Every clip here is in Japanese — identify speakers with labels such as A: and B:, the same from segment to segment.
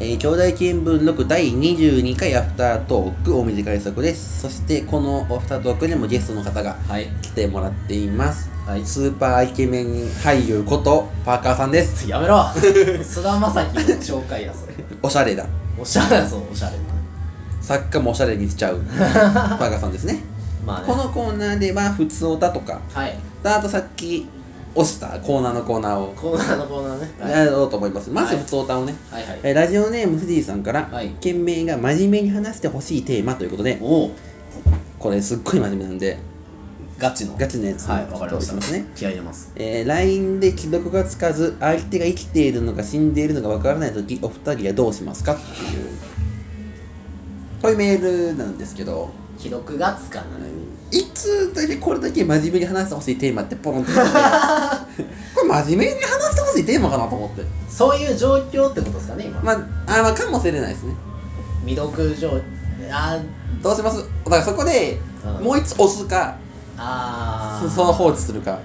A: えー、兄弟見聞録第22回アフタートーク大水快速ですそしてこのアフタートークにもゲストの方が
B: はい。
A: 来てもらっています、
B: はい
A: スーパーイケメン俳優ことパーカーさんです
B: やめ ろ菅田将暉の紹介だ、それ。
A: おしゃれだ
B: おしゃれだ、そう、おしゃれな。
A: 作家もおしゃれにしちゃ うパーカーさんですね
B: まあ
A: こ
B: ね。
A: のコーナーでは普通オタとか
B: はい。
A: あとさっき押したコーナーのコーナーを
B: コーナーのコーナーね。
A: やろうと思います、まず
B: はい
A: 普通オタをね、
B: はいはい。
A: えーラジオネーム藤井さんから、
B: はい
A: 件名が真面目に話してほしいテーマということで
B: おお。
A: これすっごい真面目なんで
B: ガチの。
A: ガチのやつ
B: はい、わかりました。
A: ますね、
B: 気合い入れます。
A: えー LINE で既読がつかず相手が生きているのか死んでいるのかわからない時お二人はどうしますかっていうこういうメールなんですけど
B: 既読がつかない。
A: いつだけこれだけ真面目に話してほしいテーマってポロンって出てきて これ真面目に話してほしいテーマかなと思って
B: そういう状況ってことですかね、今。
A: まああまあかもしれないですね
B: 未読状あ
A: どうしますだからそこで
B: うん
A: もう一つ押すか
B: あ
A: そ
B: ー
A: その放置するか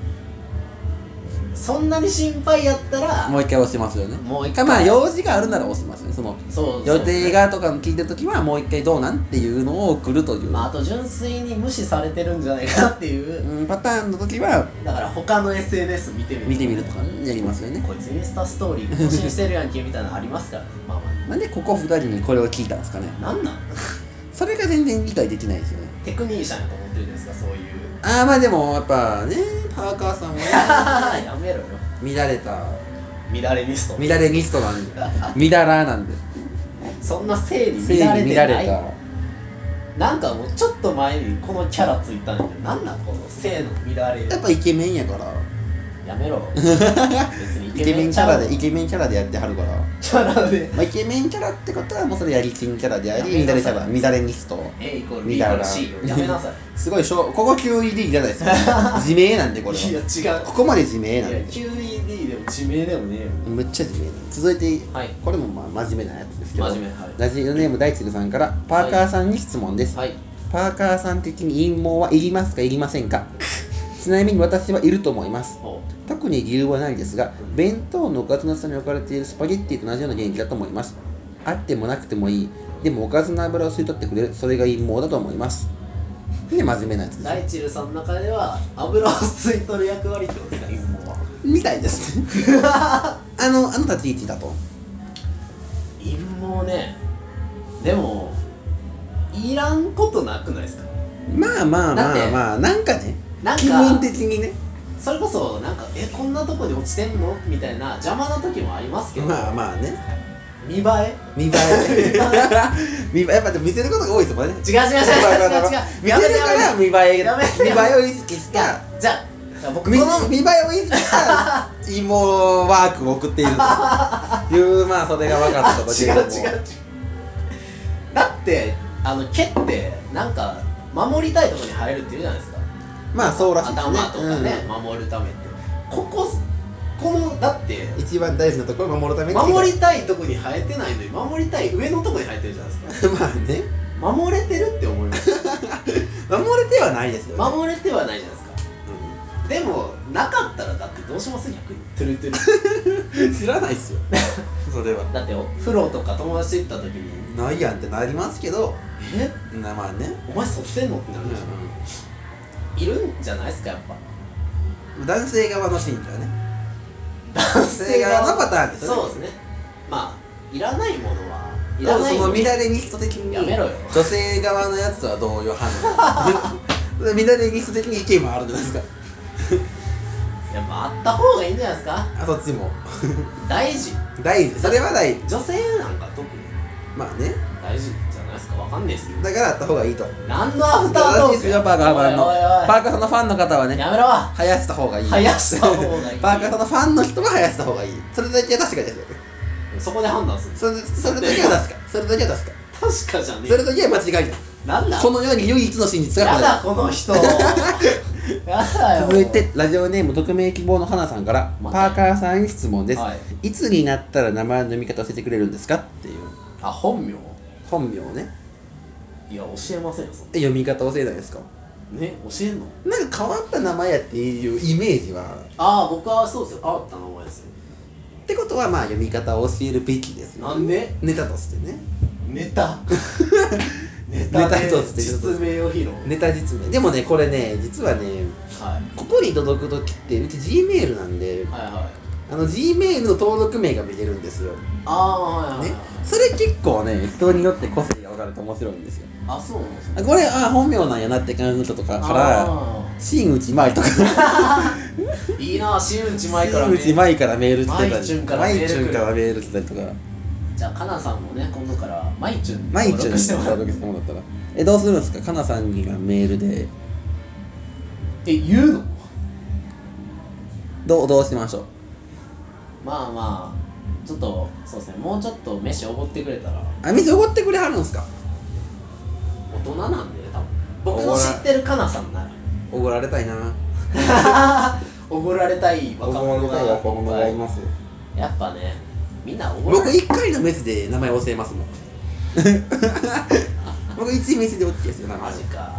B: そんなに心配やったら
A: もう一回押しますよね
B: もう一
A: か
B: 回
A: まあ用事があるなら押しますねその
B: そう
A: 予定、がとかの聞いた時はもう一回どうなんっていうのを送るという、
B: まあ、あと純粋に無視されてるんじゃないかなっていう
A: うん、パターンの時は
B: だから他の SNS 見てみる
A: 見てみるとかやりますよね
B: こいつインスタストーリー更新してるやんけみたいなのありますからねまあま
A: なんでここ二人にこれを聞いたんですかね
B: あなんなん
A: それが全然理解できないですよね
B: テクニシャンやと思ってるんですかそういう
A: ああまあでもやっぱねパーカーさん は
B: やめろよ
A: ね乱れた
B: 乱れミスト
A: 乱れミストなんで乱らなんで
B: そんな整
A: 正
B: 理乱れ
A: 義
B: て
A: 乱
B: な
A: れ
B: い
A: た
B: なんかもうちょっと前にこのキャラついたんだけどなんなんこの性の乱れ
A: やっぱイケメンやから
B: やめろ別に
A: イケメンキャラ
B: ちゃう
A: でイケメンキャラでやってはるから、ま
B: キャラで
A: あ、イケメンキャラってことはもうそれやりちんキャラであ
B: や
A: り
B: めな
A: 乱れキ
B: さい
A: ャラ乱れミスト
B: A イコール B
A: み
B: イコ
A: た
B: ー
A: いな
B: ル C よやめなさい
A: すごいしょここ QED いらないですよ 自明なんでこれ
B: いや違
A: は
B: ういや
A: ここまで自明なんで
B: QED でも地名でもねえよ
A: むっちゃ自明なんで続いて、
B: はい
A: これもまあ真面目なやつですけど
B: 真面目はい
A: ラジオネーム大地さんからパーカーさんに質問です、
B: はい
A: パーカーさん的に陰謀はいりますかいりません かちなみに私はいると思います
B: もう
A: 特に理由はないですが弁当のおかずの下に置かれているスパゲッティと同じような原理だと思いますあってもなくてもいいでもおかずの油を吸い取ってくれるそれが陰謀だと思いますで真面目なやつです
B: ライチルさんの中では油を吸い取る役割ってことですか陰謀は
A: みたい ですねあのあの立ち位置だと
B: 陰謀ねでもいらんことなくないですか
A: まあまあ
B: だっ
A: まあ
B: て
A: まあなんかね
B: なんか
A: 気分的にね
B: それこそなんかえこんなとこに落ちてんのみたいな邪魔な時もありますけど、
A: まあまあね
B: 見栄え
A: 見栄え見 栄えやっぱでも見せることが多いですもんね
B: 違う違う違う違う違う
A: 見
B: や
A: せ
B: めて
A: る
B: や
A: から
B: め
A: 見
B: て
A: 栄え
B: やめて
A: 見栄えを意識した
B: じゃあじゃあ僕
A: 見
B: こ
A: せ
B: の
A: 見栄えを意識 した芋ワークを送っているというまあそれが分かったところ
B: 違う違う違うだってあの蹴ってなんか守りたいところに入るって言うじゃないですか
A: まあそうらしいですね
B: 頭とかね、守るためってこここのだって
A: うん一番大事なところを守るために
B: 守りたいとこに生えてないのに守りたい上のとこに生えてるじゃないですか
A: まあね
B: 守れてるって思います
A: 守れてはないですよね、
B: 守れてはないじゃないですか
A: うん
B: でもなかったらだってどうします逆にトゥルトゥル
A: 知らないっ すよそれは
B: だってお風呂とか友達と行った時に
A: ないやんってなりますけど
B: え
A: なまあね、
B: お前そってんのってなるでしょ、いるんじゃないですかやっぱ
A: 男性側の信者ね
B: 男
A: 性側のパターンですよね
B: そうですねまあいらないものはいら
A: そ
B: ない
A: の
B: も
A: 乱
B: の
A: れニスト的に
B: やめろよ
A: 女性側のやつはどういう判 断乱れニスト的に意見もあるじゃないですか
B: やっぱあった方がいいんじゃないですか
A: あそっちも
B: 大事
A: 大事それは大事
B: 女性なんか特に
A: まあね
B: 大事じゃないですかわかんないですけど
A: だからあった方がいいと
B: 何のアフタート
A: 正しい
B: ー
A: です
B: ク
A: よパーカーさんの
B: おいおいお
A: パー
B: い
A: カーさんのファンの方はね
B: やめろ
A: 生やした方がいい
B: 生やした方がいい
A: パーカーさんのファンの人は生やした方がいいそれだけは確かですよ
B: そこで判断する
A: それそれだけは確かそれだけは確か
B: 確かじゃね
A: それだけは間違いない
B: えなんだ
A: この世に唯一の真実が
B: や
A: これ
B: だ
A: だ
B: この 人やだよ
A: 続いてラジオネーム匿名希望の花さんからパ
B: また
A: ーカーさんに質問です、、
B: はい
A: つになったら名前の読み方教えてくれるんですかっていう
B: あ本名
A: 本名をね
B: いや教えませんよそん
A: え読み方教えないですか
B: なね教えんの
A: なんか変わった名前やっていうイメージは
B: ああ僕はそうですよ変わった名前ですよ
A: ってことはまあ読み方を教えるべきですよ、
B: なんで
A: ネタとしてね
B: ネ タネ
A: ネタ
B: タ
A: 一
B: で
A: つで
B: 実名を披露
A: ネタ実名でもねこれね実はね
B: はい
A: ここに届く時ってうち G メールなんで
B: はいはい
A: あの G メールの登録名が見れるんですよ、ね、
B: あーはいはいはい、
A: それ結構ね人によって個性が分かると面白いんですよ
B: あそうなんですね
A: あこれあ本名なんやなって感じの人とかから
B: あ
A: 新内舞とか
B: ーいいな新内前から
A: 新
B: ね
A: 内舞からメール来てた
B: 舞
A: り
B: 春からメール来る
A: 舞春からメール来てたりとか
B: じゃあかなさんもね今度からマイチュン
A: 舞春に
B: してもら
A: 登
B: う
A: 録してもらったらえどうするんですかかなさんにがメールで
B: え言うの
A: どうどうしましょう
B: まあまあちょっとそうですねもうちょっと飯おごってくれたら
A: あ水おごってくれはるんですか
B: 大人なんで多分僕
A: おご
B: の
A: ら
B: 知ってるかなさんなら
A: おごられたいな
B: おごられたい若者が
A: 若者がいます
B: やっぱねみんなおごら
A: 僕
B: れ
A: 一回のメスで名前教えますもん 僕1メスで OK ですよ名
B: マ
A: 前
B: ジか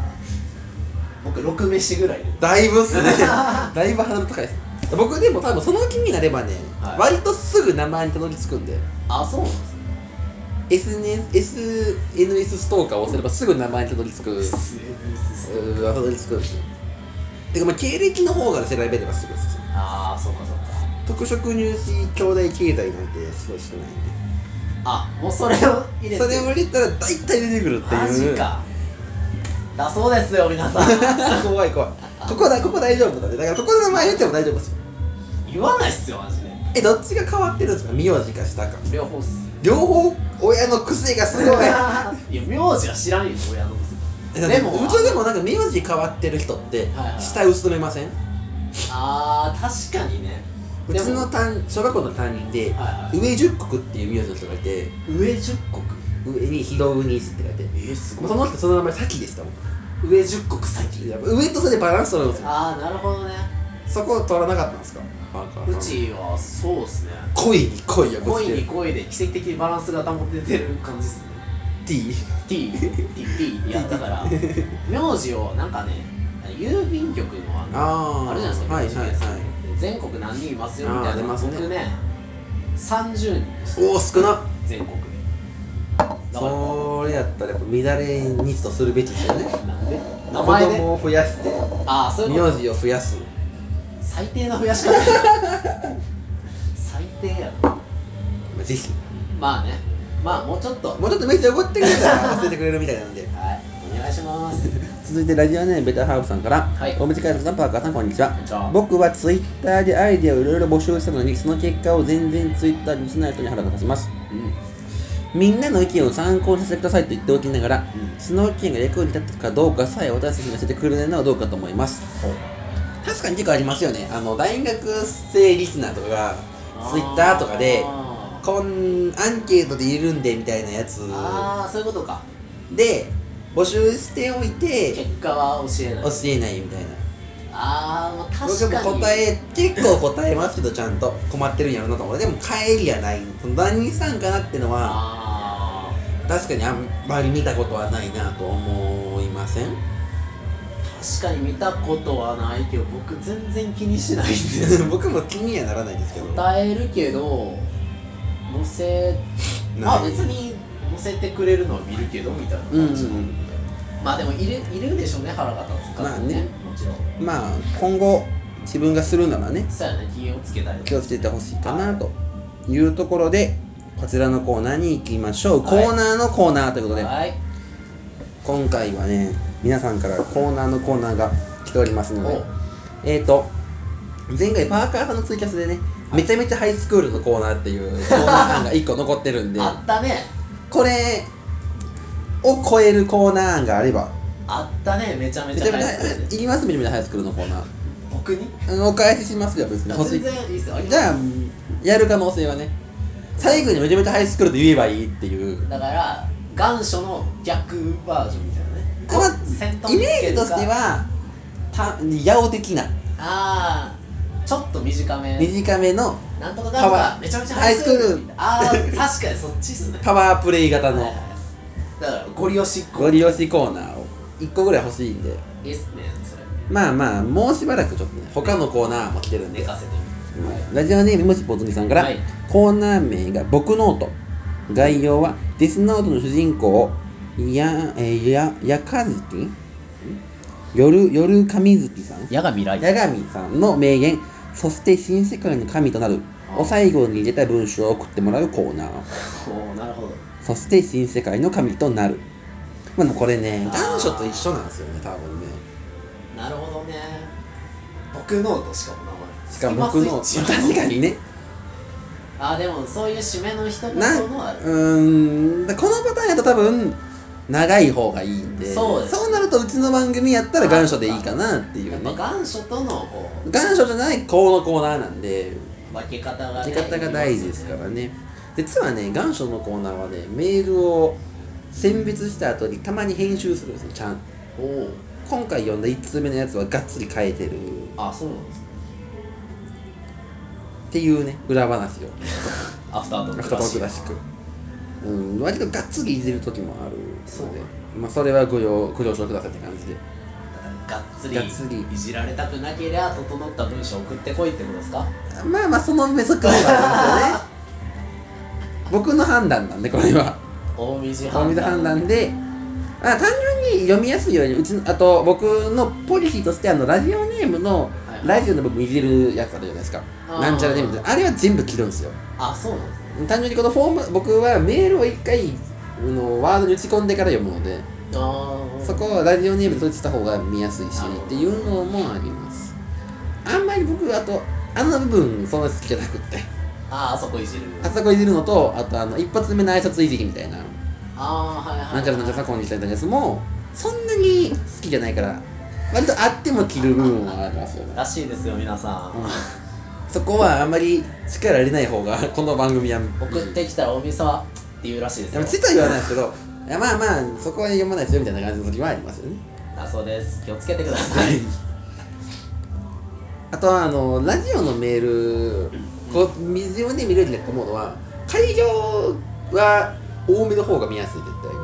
B: 僕6飯ぐらいで
A: だいぶっすね だいぶハードル高いです僕でも多分その気になればね、
B: はい
A: 割とすぐ名前にたどり着くんで
B: あそうなんですね
A: SNS SNS ストーカーを押せればすぐ名前にたどり着くう
B: SNS
A: ーたどり着くんですよてかまあ経歴の方が調べればすぐです
B: ああそうかそうか
A: 特色入試兄弟経済なんてすごい少ないんで
B: あもうそれを入れて
A: それを入れたら大体出てくるっていう
B: マジかだそうですよ皆さ ん
A: 怖い怖いここだここ大丈夫だねだからここの名前言っても大丈夫ですよ
B: 言わないっすよマジで
A: えどっちが変わってるんですか名字か下か
B: 両方っす
A: 両方親の癖がすごい
B: いや名字は知らんよ親の
A: でもうちで
B: も
A: もなんか名字変わってる人って
B: はいはい
A: 下薄めません、
B: あー確かにね
A: うちの担小学校の担任で、
B: はいはい
A: 上十国っていう名字の人がいて
B: 上十国
A: 上に拾うにって書いて
B: えー、す
A: もうその人その名前先でしたもん
B: 上十国最近
A: やっぱ上とそれでバランス取るんですよ
B: ああなるほどね
A: そこ取らなかったんですか
B: うちはそうっすね
A: 恋に恋や
B: 恋に恋で奇跡的にバランスが保ててる感じっすね
A: T
B: T TT いやだから名字をなんかね郵便局のあ
A: あー
B: のあるじゃないですか、
A: はい
B: 名字の
A: はい
B: や
A: はい
B: つ全国何人いますよみ
A: あ
B: た
A: ー
B: い
A: 出
B: な
A: ますね
B: 僕ね30人でした
A: おお少な
B: 全国でだから
A: それやったらやっぱ乱れ日とするべきですよね
B: なんで名前
A: 子
B: で
A: 供を増やして
B: ああそういうこと
A: 名字を増やす
B: 最低な増やし方最低やろ
A: ぜひ
B: まあねまあもうちょっとはい
A: もうちょっとメッセージ送ってくれたら忘れてくれるみたいなんで
B: お願いします
A: 続いてラジオネームベタハーブさんから、
B: はい
A: おめでかいのパーカーさんこんにちは
B: こんにちは
A: 僕はツイッターでアイデアをいろいろ募集したのにその結果を全然ツイッターにしない人に腹が立ちますみんなの意見を参考にさせてくださいと言っておきながら、
B: う
A: その意見が役に立ったかどうかさえ私たちに教えてくれないのはどうかと思います確かに結構ありますよねあの大学生リスナーとかがツイッターとかで
B: あー
A: こんアンケートでいるんでみたいなやつ
B: あーそういうことか
A: で募集しておいて
B: 結果は教えない
A: 教えないみたいな
B: あー、まあ
A: 僕
B: 確かに
A: も答え結構答えますけどちゃんと困ってるんやろなと思うでも帰りやない何さんかなってのは
B: あ
A: 確かにあんまり見たことはないなと思いません
B: ー確かに見たことはないけど僕全然気にしないんです
A: 僕も気にはならないですけど
B: 答えるけど載せまあ別に載せてくれるのは見るけどみたいな
A: うん、
B: 感じ、まあでもいるいるでしょうね腹が立つから
A: まあね
B: もちろん
A: うん、まあ今後自分がするならね
B: そうやね気をつけたい
A: 気をつけてほしいかなというところでこちらのコーナーに行きましょう、
B: はい
A: コーナーのコーナーということで
B: はい
A: 今回はね皆さんからコーナーのコーナーが来ておりますの
B: お
A: でえーと前回パーカーさんのツイキャスでねめちゃめちゃハイスクールのコーナーっていうコーナー 案が1個残ってるんで
B: あったね
A: これを超えるコーナー案があれば
B: あったねめちゃめ
A: め
B: ち
A: ちゃ
B: ゃ
A: めちゃ
B: 返すね
A: いりますめちゃめちゃハイスクールのコーナー
B: 僕に
A: うんお返ししますよ別に欲し
B: 全
A: い
B: 然いいっすよ
A: じゃあやる可能性はね最後にめちゃめちゃハイスクールで言えばいいっていう
B: だから願書の逆バージョンみたいなね
A: あまあ
B: 先頭
A: イ
B: につ
A: メー
B: け
A: ジ
B: る
A: と
B: か
A: してはた八尾的な
B: ああちょっと短め
A: 短めの
B: なんとかかん
A: パ
B: と
A: ワ
B: か
A: ー
B: めちゃめちゃ
A: ハイスクール
B: ああ確かにそっちっすね
A: パワープレイ型
B: はい
A: の
B: はいだからゴリ押しっこ
A: ゴリ押しコーナーを1個ぐらい欲しいんで
B: いいっすねそれ
A: まあまあもうしばらくちょっとね他のコーナーも来てるん
B: 寝
A: で
B: かせてみ
A: ラジオネームもしぽつみさんから、
B: はい
A: コーナー名が「僕ノート」概要はデスノートの主人公やえーややかずき夜夜神月さん
B: 矢が未来
A: 八神さんの名言「そして新世界の神となる」を最後に入れた文章を送ってもらうコーナー
B: おおなるほど
A: 「そして新世界の神となる」まあこれね
B: あー
A: 短所と一緒なんですよね多分ね
B: なるほどね僕ノートしかも名前
A: しかも僕の
B: スキ
A: 確
B: マスイッチ
A: かにね
B: あでもそういう締めの一言
A: なう
B: のある
A: ーんだこのパターンやと多分長い方がいいんで
B: そうです
A: なるとうちの番組やったら願書でいいかなってい
B: やっ
A: う
B: ぱ
A: ね
B: 願書とのこ
A: 願書じゃないこのコーナーなんで
B: う分け方が、
A: 書
B: ね、
A: き方が大事ですからね実はね願書のコーナーはねメールを選別した後にたまに編集するんですよちゃん
B: おお
A: 今回読んだ1通目のやつはがっつり変えてるっ
B: あそうなんですね
A: ていうね裏話を
B: アフタートー
A: ア
B: ク
A: フタートークら
B: し
A: しく、うん、割とがっつりいじる時もある
B: そう
A: のでまあ、それはご了ご了承くださいって感じで
B: がっつり
A: がっつり
B: いじられたくなけりゃ整った文章送ってこいってことですか
A: まあまあその目測もあるんですよね 僕の判断なんでこれは
B: 大水判
A: お
B: 断
A: 水判断でまあ単純に読みやすいようにうちのあと僕のポリシーとしてあのラジオネームの
B: はい
A: ラジオの部分いじるやつあるじゃないですか
B: あー
A: なんちゃらネームってあれは全部切るんですよ
B: あそうなんですね
A: 単純にこのフォーム僕はメールを一回あのワードに打ち込んでから読むので
B: ああ
A: そこはラジオネームで統一した方が見やすいし
B: なるほど
A: っていうのもありますあんまり僕あとあの部分そんな好きじゃなくって
B: あーあそこいじる
A: あそこいじるのとあとあの一発目の挨拶いじりみたいな
B: ああーはいはい、はい、
A: なんちゃらなんちゃらさこんにしたいなやつもそんなに好きじゃないから割とあっても着る部分はありますよね
B: らしいですよ皆さん、
A: そこはあんまり力入れない方がこの番組は
B: 送ってきたら大水はっていうらしいです
A: で
B: よ
A: もちとは言わないですけどいやまあまあそこは読まないですよみたいな感じの時はありますよね
B: だそうです気をつけてください
A: あとはあのラジオのメールこう自分で見るようになったものは会場は多めの方が見やすい絶対に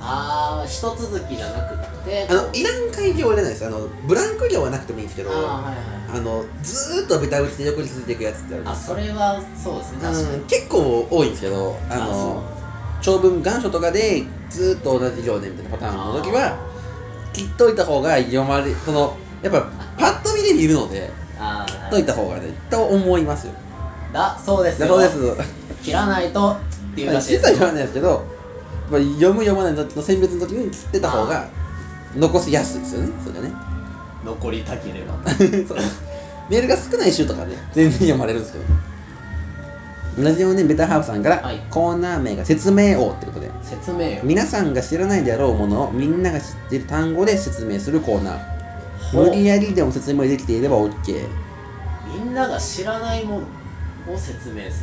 B: ああ一続きじゃなくて
A: あのいらん会場は入れないですあのブランク量はなくてもいいんですけど
B: あーはいはい
A: あのずーっとベタ打ちで横に続いていくやつってあるじゃない
B: あ
A: です
B: そ
A: か
B: れはそうですね確か
A: う
B: に
A: ん、結構多いんですけどあ
B: あそう
A: の長文願書とかでずーっと同じ量でみたいなパターンの時は切っといた方が読まれそのやっぱパッと見で見るので
B: あ
A: 切っと
B: ー
A: いた方がねと思いますよ
B: だそうです
A: だ
B: よ
A: そうです
B: 切らないとっていうらしい
A: 切
B: で
A: ったら
B: す
A: 言わないですけど、まあ、読む読まないの選別の時に切ってた方が残しやすいですよねそれがね
B: 残りたければ
A: そうメールが少ない週とかね全然読まれるんですけどラジオネームベタハーフさんから、
B: はい
A: コーナー名が説明王ってことで
B: 説明よ
A: 皆さんが知らないであろうものをみんなが知っている単語で説明するコーナー
B: ほう
A: 無理やりでも説明できていれば OK
B: みんなが知らないものを説明す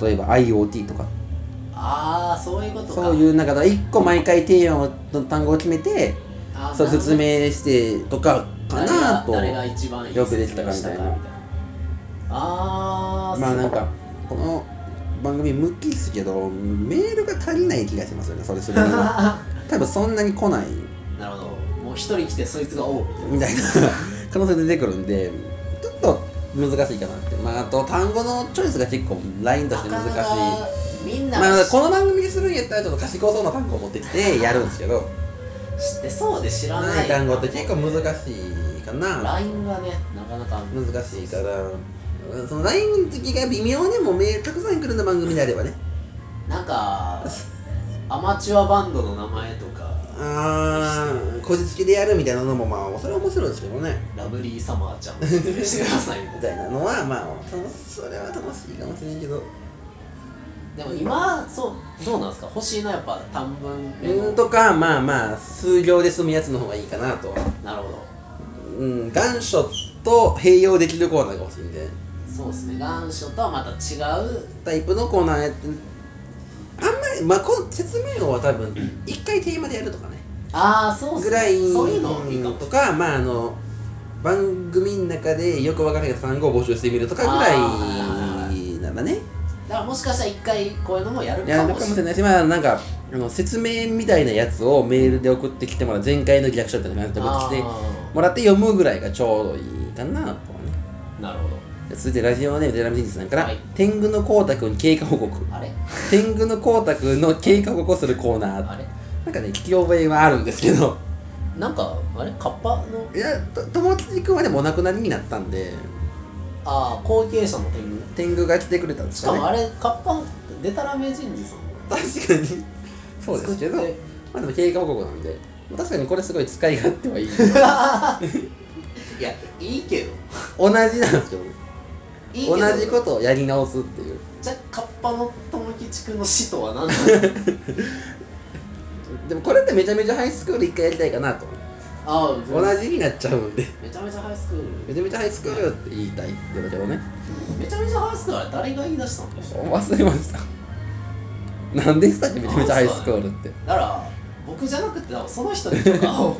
B: る
A: 例えば IoT とか
B: ああそういうことか
A: そういう中で1個毎回テーマの単語を決めて
B: あー
A: そう
B: なるほ
A: 説
B: ど
A: 明してとかかなと
B: 誰が誰が一番いい
A: よくできたかみたいな
B: 説明をしああ
A: まあなんかこの番組向きですけどメールが足りない気がしますよねそれするには 多分そんなに来ない
B: なるほどもう一人来てそいつが王みたいな
A: みたいな 可能性出てくるんでちょっと難しいかなってまああと単語のチョイスが結構ラインとして難しい
B: なかなかみんな
A: まあ
B: が知
A: この番組にするんやったらちょっと賢そうな単語を持ってきてやるんですけど
B: ってそうで知ら
A: な
B: ないい
A: 単語って結構難しいかな
B: LINE がねなかなか
A: 難しいからうんその LINE の時が微妙でもメールたくさん来るような番組であればね
B: なんかアマチュアバンドの名前とか
A: あーこじつけでやるみたいなのもまあそれは面白いですけどね
B: ラブリーサマーちゃんを説明してくださいみた
A: み
B: いな
A: たいなのはまあ楽しそれは楽しいかもしれんけど
B: でも今そうどうなんですか欲しいなやっぱ短文メモ
A: うんとかまあまあ数行で済むやつの方がいいかなと
B: なるほど
A: うん願書と併用できるコーナーが欲しいんで
B: そうですね願書とはまた違う
A: タイプのコーナーやってあんまりまあこの説明をは多分一回テーマでやるとかね
B: ああそうっす
A: ぐ
B: ね
A: らい
B: そういうのいいかも
A: とかまああの番組の中でよくわからない単語を募集してみるとかぐら
B: あ
A: いならね
B: だからもしかしたら一回こういうのもやる
A: や
B: か
A: る
B: も
A: かも
B: し
A: しれ
B: れない
A: ないしまあなんかあの説明みたいなやつをメールで送ってきてもらう前回の逆書みたいな感じで送ってきて
B: あ
A: もらって読むぐらいがちょうどいいかなとはね
B: ーなるほど
A: 続いてラジオネームデラムジンジさんから、
B: はい
A: 天狗の光太くん経過報告
B: あれ
A: 天狗の光太くんの経過報告をするコーナー
B: あれ
A: なんかね聞き覚えはあるんですけど
B: なんかあれカッパの
A: いやと友達くんはでもお亡くなりになったんで
B: ああ後継者の天狗
A: 天狗が来てくれたんです
B: し
A: か
B: か
A: ね
B: もあれカッパでたらめ人事さん
A: 確かにそうですけどま
B: 作って
A: あでも経過報告なんでまあ確かにこれすごい使い勝手はいい
B: いやいいけ
A: 同
B: ど
A: じなんですよ
B: いいけ
A: 同
B: ど
A: じことをやり直すっていう
B: じゃあカッパの友吉君の死とは 何なの
A: でもこれってめちゃめちゃハイスクール一回やりたいかなと
B: ああ
A: 同じになっちゃうんで
B: めちゃめちゃハイスクール
A: めちゃめちゃハイスクールって言いたいんだけどね
B: めちゃめちゃハイスクールは誰が言い出したんでしょ
A: 忘れました何でしたっけめちゃめちゃハイスクールって
B: だから僕じゃなくて多分その人にと かを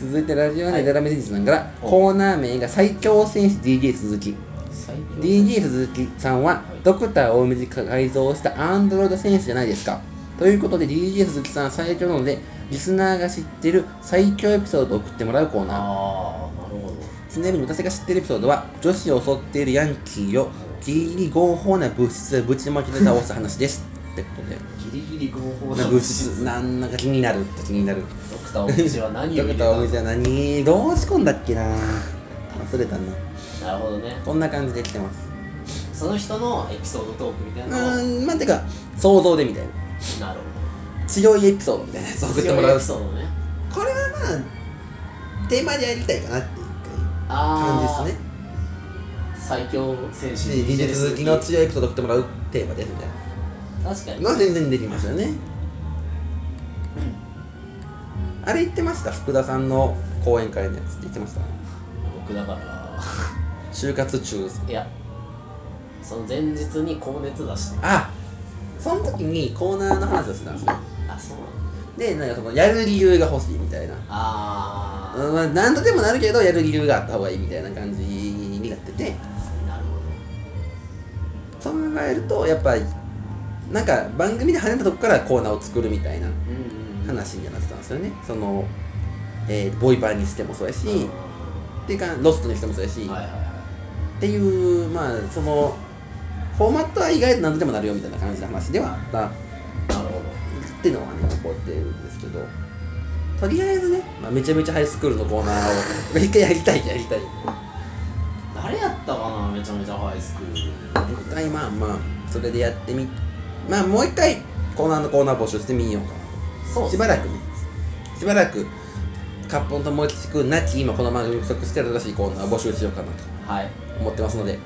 A: 続いてラジオネー
B: はい
A: ムデラメディジさんから
B: お
A: コーナー名が最強戦士 DJ 鈴木
B: 最
A: DJ 鈴木さんはドクター大水が改造したアンドロイド選手じゃないですかということで DJ 鈴木さんは最強なのでリスナーが知ってる最強エピソードを送ってもらうコーナー
B: ああなるほど
A: ちなみに私が知ってるエピソードは女子を襲っているヤンキーをギリギリ合法な物質でぶちまけて倒す話ですってこと で
B: ギリギリ合法
A: な
B: な
A: 物
B: 物
A: 質
B: 質
A: なんなんか気になるって気になる
B: ドクターオブジは何
A: ド
B: を
A: ク
B: 見て
A: ター
B: た
A: 大
B: の
A: 水は何どう仕込んだっけな忘れたな
B: なるほどね
A: こんな感じで来てます
B: その人のエピソードトークみた
A: う
B: いなのを
A: ーんまあてか想像でみたいな
B: なるほ
A: 強いエピソードみたいなやつ
B: ど
A: 送ってもら
B: 強いエ
A: う
B: ピソードね
A: これはまあテーマでやりたいかなっていう
B: ああ
A: 感じですね
B: 最強選手
A: 技術続きの強いエピソード送ってもらうテーマですみたい
B: 確かに
A: なのは全然できますよねあれ言ってました福田さんの講演会のやつって言ってました
B: 僕だから
A: 就活中
B: いやその前日に高熱出して
A: あその時にコーナーの話をしてたんですよ
B: あそうなんだ
A: でなんかそのやる理由が欲しいみたいな
B: あ
A: うんまあ何とでもなるけどやる理由があった方がいいみたいな感じになってて
B: あなるほど
A: そう考えるとやっぱりなんか番組で跳ねたとこからコーナーを作るみたいな
B: うんうんうん
A: 話になってたんですよねその、えーボイパーにしてもそうやし、
B: うん
A: っていうかロストにしてもそうやし、
B: はいはいは
A: っていうまあそのフォーマットは意外と何とでもなるよみたいな感じの話ではあったっ
B: いなるほど
A: ていうのはね残ってるんですけどとりあえずね、まあ、めちゃめちゃハイスクールのコーナーを一回やりたいやりたい
B: 誰やったかなめちゃめちゃハイスクール
A: 一回まあまあそれでやってみまあもう一回コーナーのコーナー募集してみようかな
B: そうっす
A: しばらくねしばらくカッポンともえきちくんなき今この番組不足してる新しいコーナーを募集しようかなと
B: はい
A: 思ってますので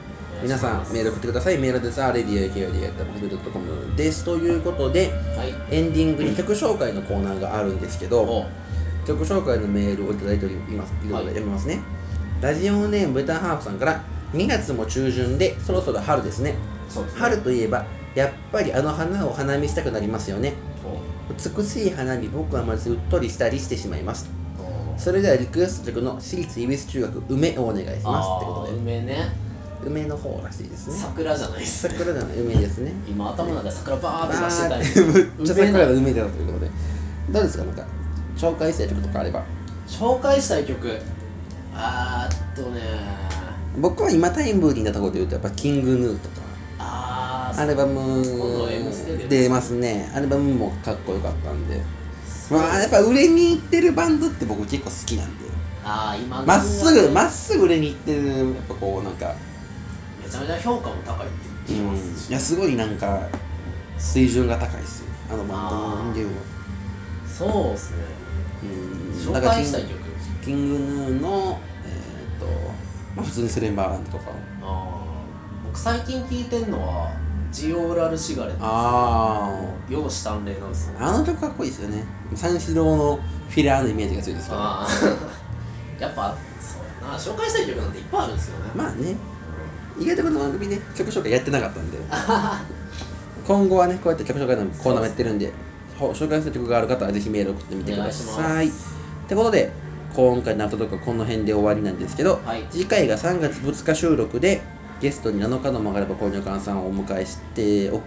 A: 皆さんメール送ってくださいメールですあれディア k o d i a t m コムですということで
B: はい
A: エンディングに曲紹介のコーナーがあるんですけ
B: お
A: ど曲紹介のメールをいただいておりますということで
B: はい
A: 読みますね、ラジオネームブタハーフさんから2月も中旬でそろそろ春ですね
B: そうですね
A: 春といえばやっぱりあの花を花見したくなりますよね
B: お
A: 美しい花に僕はまずうっとりしたりしてしまいます
B: お
A: それではリクエスト曲の私立恵比寿中学梅をお願いしますって
B: あ
A: こ
B: あ
A: と
B: 梅ね
A: で梅の方らしいですね
B: 桜じゃないっす
A: 桜じゃない梅ですね
B: 今頭の中で桜 バーって出してた
A: あ
B: り
A: ーむっちゃ
B: 梅
A: 桜
B: な
A: が梅だということでどうですかなんか紹介したい曲とかあれば
B: 紹介したい曲あーっとね
A: 僕は今タイムリーなところで言うとやっぱキングヌーとか
B: あー
A: アルバム
B: 今度 M ステで
A: 出ますねアルバムもかっこよかったんでまあやっぱ売れに行ってるバンドって僕結構好きなんで
B: あー今の
A: まっすぐまっすぐ売れに行ってるやっぱこうなんか
B: めちゃめちゃ評価も高いって聞きます
A: いやすごいなんか水準が高いですよあのバンドの音源は
B: そうっすね
A: うん
B: 紹介したい曲
A: キングヌーのえーっとまあ普通にスレンバーランドとか
B: あー僕最近聴いてんのはジオーラルシガレット
A: あ
B: 容姿端麗なんですよ
A: ああの曲かっこいいですよね三四郎のフィラーのイメージが強いですから
B: ああ やっぱそうやな紹介したい曲なんていっぱいあるんですよね、
A: まあね意外とこの番組ね曲紹介やってなかったんで今後はねこうやって曲紹介のコーナーもやってるんでほ紹介する曲がある方はぜひメール送ってみてくだ
B: お
A: さ
B: 願
A: い
B: い
A: っ
B: しま
A: てことで今回のアフタートークはこの辺で終わりなんですけど、
B: はい
A: 次回が3月2日収録でゲストに7日の曲がれば購入館さんをお迎えして行う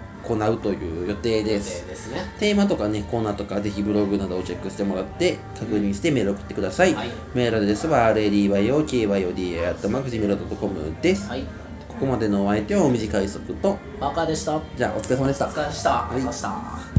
A: という予定
B: で
A: です
B: ですね
A: テーマとかねコーナーとかぜひブログなどをチェックしてもらって確認してメール送ってください、
B: はい
A: メールアドレスは RADYOKYODA.maximil.com です、
B: はい
A: ここまでのお相手はお短い速と
B: バカでしたお
A: じゃあお疲れ様でした
B: 疲れでした、
A: はい
B: お疲れ様でした